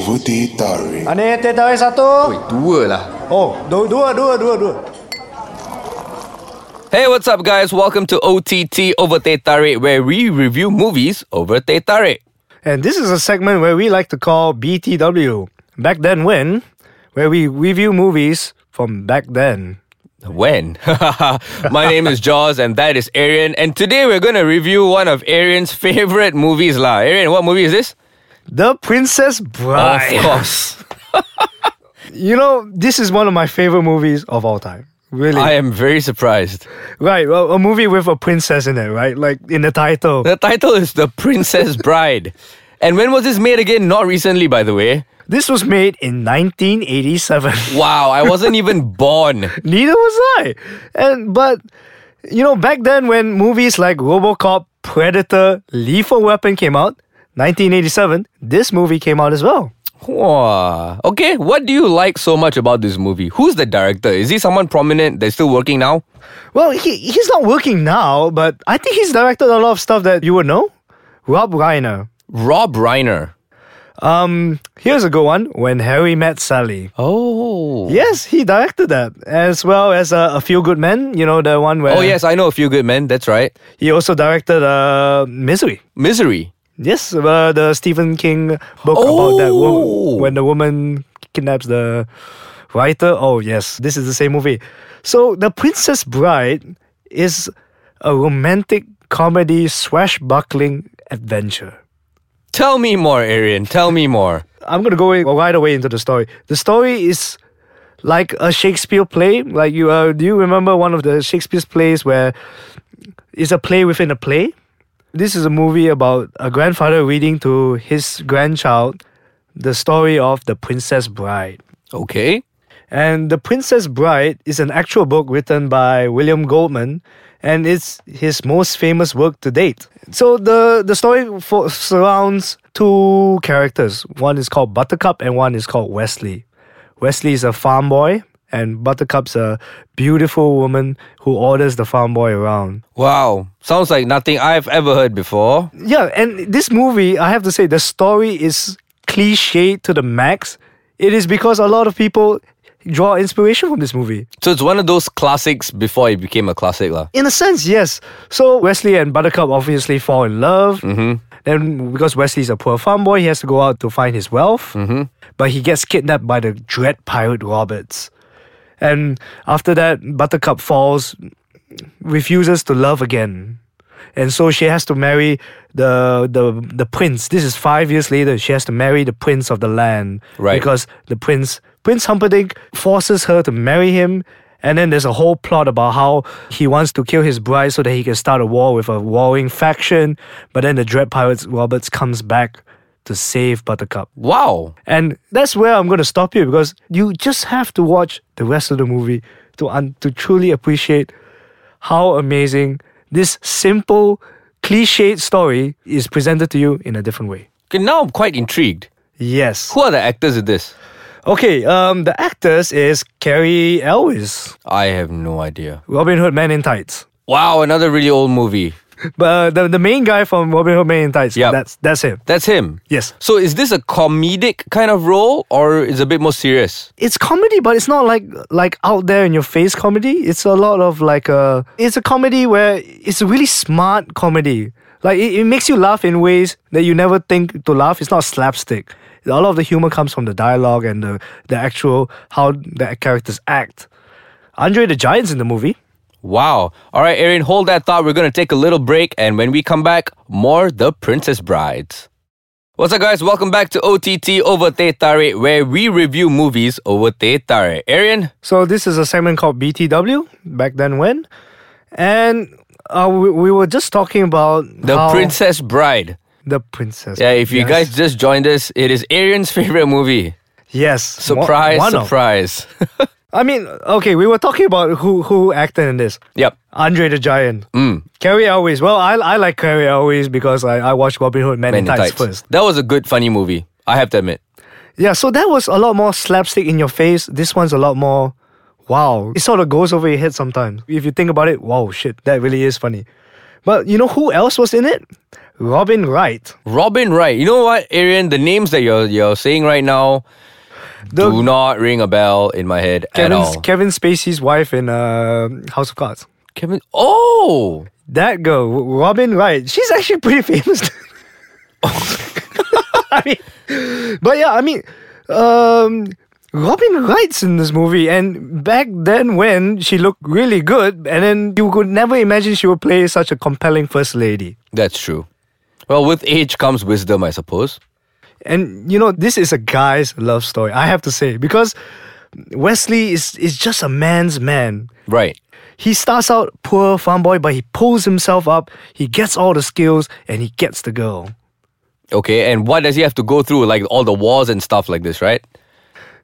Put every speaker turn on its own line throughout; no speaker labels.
Anik, teh tarik satu.
Oi, dua lah.
Oh, dua, dua, dua, dua, dua.
Hey, what's up, guys? Welcome to OTT Over Teh Tarik, where we review movies over Teh Tarik.
And this is a segment where we like to call BTW. Back then when, where we review movies from back then.
When? My name is Jaws, and that is Arian. And today we're gonna review one of Arian's favorite movies, lah. Arian, what movie is this?
The Princess Bride.
Of course.
You know, this is one of my favorite movies of all time. Really?
I am very surprised.
right, well, a movie with a princess in it, right? Like in the title.
The title is The Princess Bride. And when was this made again? Not recently, by the way.
This was made in 1987.
Wow, I wasn't even born.
Neither was I. And but you know, back then when movies like RoboCop, Predator, Lethal Weapon came out, 1987, this movie came out as well.
Wow. Okay, what do you like so much about this movie? Who's the director? Is he someone prominent that's still working now?
Well, he he's not working now, but I think he's directed a lot of stuff that you would know. Rob Reiner.
Rob Reiner.
Um, here's a good one: When Harry Met Sally.
Oh.
Yes, he directed that, as well as uh, A Few Good Men. You know the one where.
Oh, yes, I know a few good men. That's right.
He also directed uh, Misery.
Misery.
Yes, uh, the Stephen King book about that
Oh.
woman when the woman kidnaps the writer. Oh yes, this is the same movie. So the Princess Bride is a romantic comedy swashbuckling adventure.
Tell me more, Arian. Tell me more.
I'm gonna go in- right away into the story. The story is like a Shakespeare play. Like you, uh, do you remember one of the Shakespeare's plays where it's a play within a play? This is a movie about a grandfather reading to his grandchild the story of the Princess Bride.
Okay.
And The Princess Bride is an actual book written by William Goldman, and it's his most famous work to date. So the the story for, surrounds two characters. One is called Buttercup, and one is called Wesley. Wesley is a farm boy, and Buttercup's a beautiful woman who orders the farm boy around.
Wow. Sounds like nothing I've ever heard before.
Yeah, and this movie, I have to say, the story is cliche to the max. It is because a lot of people draw inspiration from this movie.
So it's one of those classics before it became a classic, lah.
In a sense, yes. So Wesley and Buttercup obviously fall in love. Mm-hmm. Then, because Wesley's a poor farm boy, he has to go out to find his wealth. Mm-hmm. But he gets kidnapped by the dread pirate Roberts. And after that, Buttercup falls, refuses to love again. And so she has to marry the, the the prince. This is five years later. She has to marry the prince of the land.
Right.
Because the prince Prince Humperdinck forces her to marry him. And then there's a whole plot about how he wants to kill his bride so that he can start a war with a warring faction. But then the Dread Pirates Roberts comes back to save Buttercup.
Wow.
And that's where I'm going to stop you because you just have to watch the rest of the movie to un- to truly appreciate how amazing this simple, cliched story is presented to you in a different way.
Okay, now I'm quite intrigued.
Yes.
Who are the actors in this?
Okay. Um, the actors is Carrie Elwes,
I have no idea.
Robin Hood Man in Tights.
Wow, another really old movie.
But uh, the the main guy from Robin Hood Man in Tights.
Yup.
That's that's him.
That's him.
Yes.
So is this a comedic kind of role or is it a bit more serious?
It's comedy, but it's not like like out there in your face comedy. It's a lot of like a it's a comedy where it's a really smart comedy. Like it, it makes you laugh in ways that you never think to laugh. It's not slapstick. A lot of the humor comes from the dialogue and the, the actual how the characters act. Andre the Giant's in the movie.
Wow. All right, Erin, hold that thought. We're going to take a little break and when we come back, more The Princess Bride. What's up, guys? Welcome back to OTT Over Te Tare, where we review movies over Te Tare. Erin,
So this is a segment called BTW. Back then when, and uh, we, we were just talking about
The
how-
Princess Bride.
the princess.
Yeah, if you
Yes.
guys just joined us, it is Arian's favorite movie.
yes,
Surprise,
one, one of-
surprise.
I mean, okay, we were talking about who who acted in this.
yep.
Andre the Giant. Mm. Carrie Elwes. Well, I I like Carrie Elwes because I, I watched Robin Hood Men,
Men in
in Tights
Tights.
first.
That was a good, funny movie. I have to admit.
Yeah, so that was a lot more slapstick in your face. This one's a lot more wow, it sort of goes over your head sometimes. If you think about it, wow, shit, that really is funny. But you know who else was in it? Robin Wright.
Robin Wright. You know what, Arian? The names that you're you're saying right now
The-
do not ring a bell in my head at
Kevin,
all.
Kevin Spacey's wife in uh, House of Cards.
Kevin. Oh,
That girl, Robin Wright, she's actually pretty famous. I mean, but yeah, I mean, um, Robin Wright's in this movie, and back then when she looked really good, and then you could never imagine she would play such a compelling first lady.
that's true. Well, with age comes wisdom, I suppose.
And you know, this is a guy's love story, I have to say, because Wesley is, is just a man's man.
Right.
He starts out poor farm boy, but he pulls himself up, he gets all the skills, and he gets the girl.
Okay. And what does he have to go through? Like all the wars and stuff like this, right?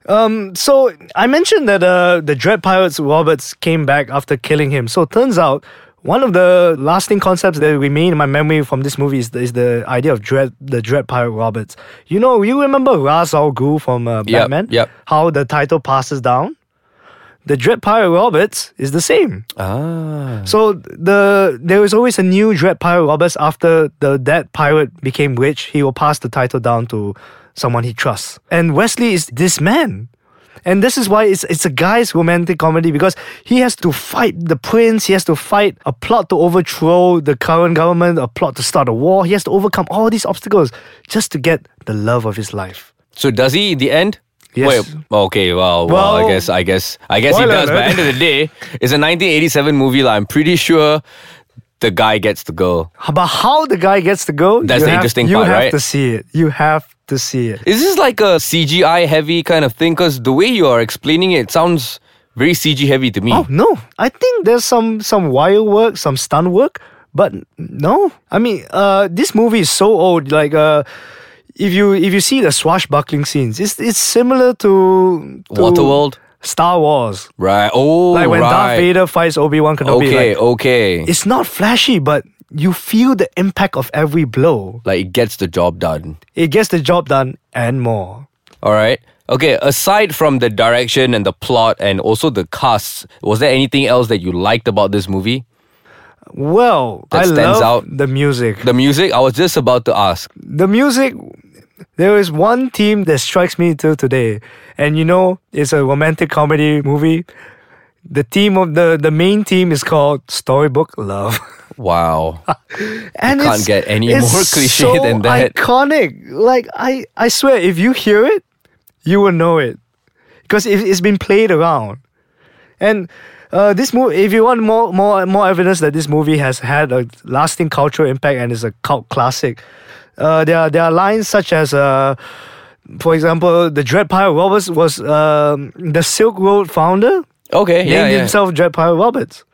So I mentioned that uh, the Dread Pirates Roberts came back after killing him. So turns out one of the lasting concepts that remain in my memory from this movie is the, is the idea of Dread the Dread Pirate Roberts. You know, you remember Ra's al Ghul from uh, Batman?
yep.
How the title passes down. The Dread Pirate Roberts is the same.
Ah.
So the there is always a new Dread Pirate Roberts after the dead pirate became rich. He will pass the title down to someone he trusts. And Wesley is this man. And this is why it's it's a guy's romantic comedy because he has to fight the prince, he has to fight a plot to overthrow the current government, a plot to start a war. He has to overcome all these obstacles just to get the love of his life.
So does he in the end?
Yes.
Wait, okay, well, well, I
Well,
guess, I guess, I guess he
spoiler
does. But at
alert.
the end of the day, it's a 1987 movie. Like, I'm pretty sure the guy gets the girl.
But how the guy gets to go,
That's
you
the
have-
interesting
you
part,
have
right?
to see it. You have to see it.
Is this like a CGI heavy kind of thing? Because the way you are explaining it sounds very CG heavy to me.
Oh no! I think there's some some wire work, some stunt work, but n- no. I mean, uh, this movie is so old. Like, uh, if you if you see the swashbuckling scenes, it's it's similar to, to
Waterworld?
Star Wars.
Right. Oh,
Like when Darth
right.
Vader fights Obi Wan Kenobi.
okay,
like,
okay.
it's not flashy, but you feel the impact of every blow.
like it gets the job done.
It gets the job done and more.
All right. Okay, aside from the direction and the plot and also the cast, was there anything else that you liked about this movie?
Well, I
That stands
love
out.
the music.
The music, I was just about to ask.
the music there is one theme that strikes me till today and you know it's a romantic comedy movie the theme of the the main theme is called storybook love
Wow.
and
can't
it's-
get any
it's
more cliché
so
than that.
iconic like i i swear if you hear it you will know it because it, it's been played around and uh, this movie, if you want more, more, more evidence that this movie has had a lasting cultural impact and is a cult classic, uh, there are there are lines such as, uh, for example, the Dread Pirate Roberts was um, the Silk Road founder
Okay, yeah,
named
yeah.
himself Dread Pirate Roberts.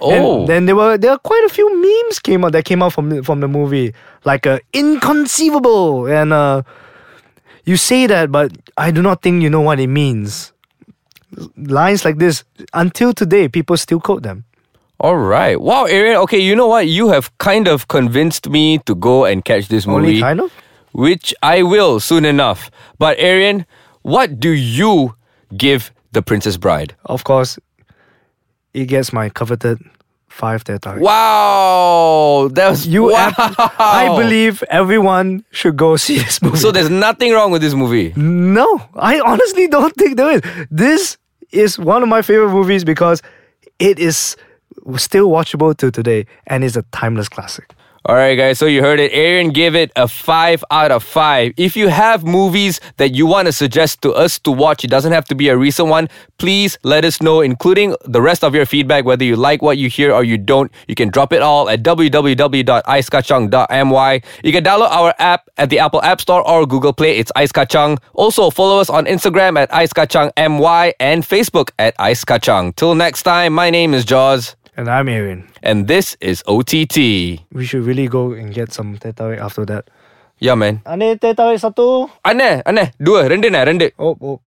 Oh,
And then there were there are quite a few memes came out that came out from the- from the movie, like uh, inconceivable and uh, you say that, but I do not think you know what it means. Lines like this until today, people still quote them.
all right. Wow, Arian. Okay, you know what? You have kind of convinced me to go and catch this movie,
Only kind of.
which I will soon enough. But Arian, what do you give The Princess Bride?
Of course, it gets my coveted five there target.
Wow, that was
You,
wow.
ab- I believe everyone should go see this movie.
So there's nothing wrong with this movie.
No, I honestly don't think there is. This is one of my favorite movies because it is still watchable to today and is a timeless classic.
All right, guys. So you heard it. Aaron gave it a five out of five. If you have movies that you want to suggest to us to watch, it doesn't have to be a recent one. Please let us know, including the rest of your feedback, whether you like what you hear or you don't. You can drop it all at www.icekachang.my. You can download our app at the Apple App Store or Google Play. It's Ice Kachang. Also, follow us on Instagram at Ice Kachang MY and Facebook at Ice Kachang. Till next time, my name is Jaws,
And I'm Aaron.
and this is OTT.
We should really go and get some teh tarik after that.
Yeah, man.
Ani teh tarik satu.
Aneh, aneh. Dua, rendah nah, rendah.
Oh, oh.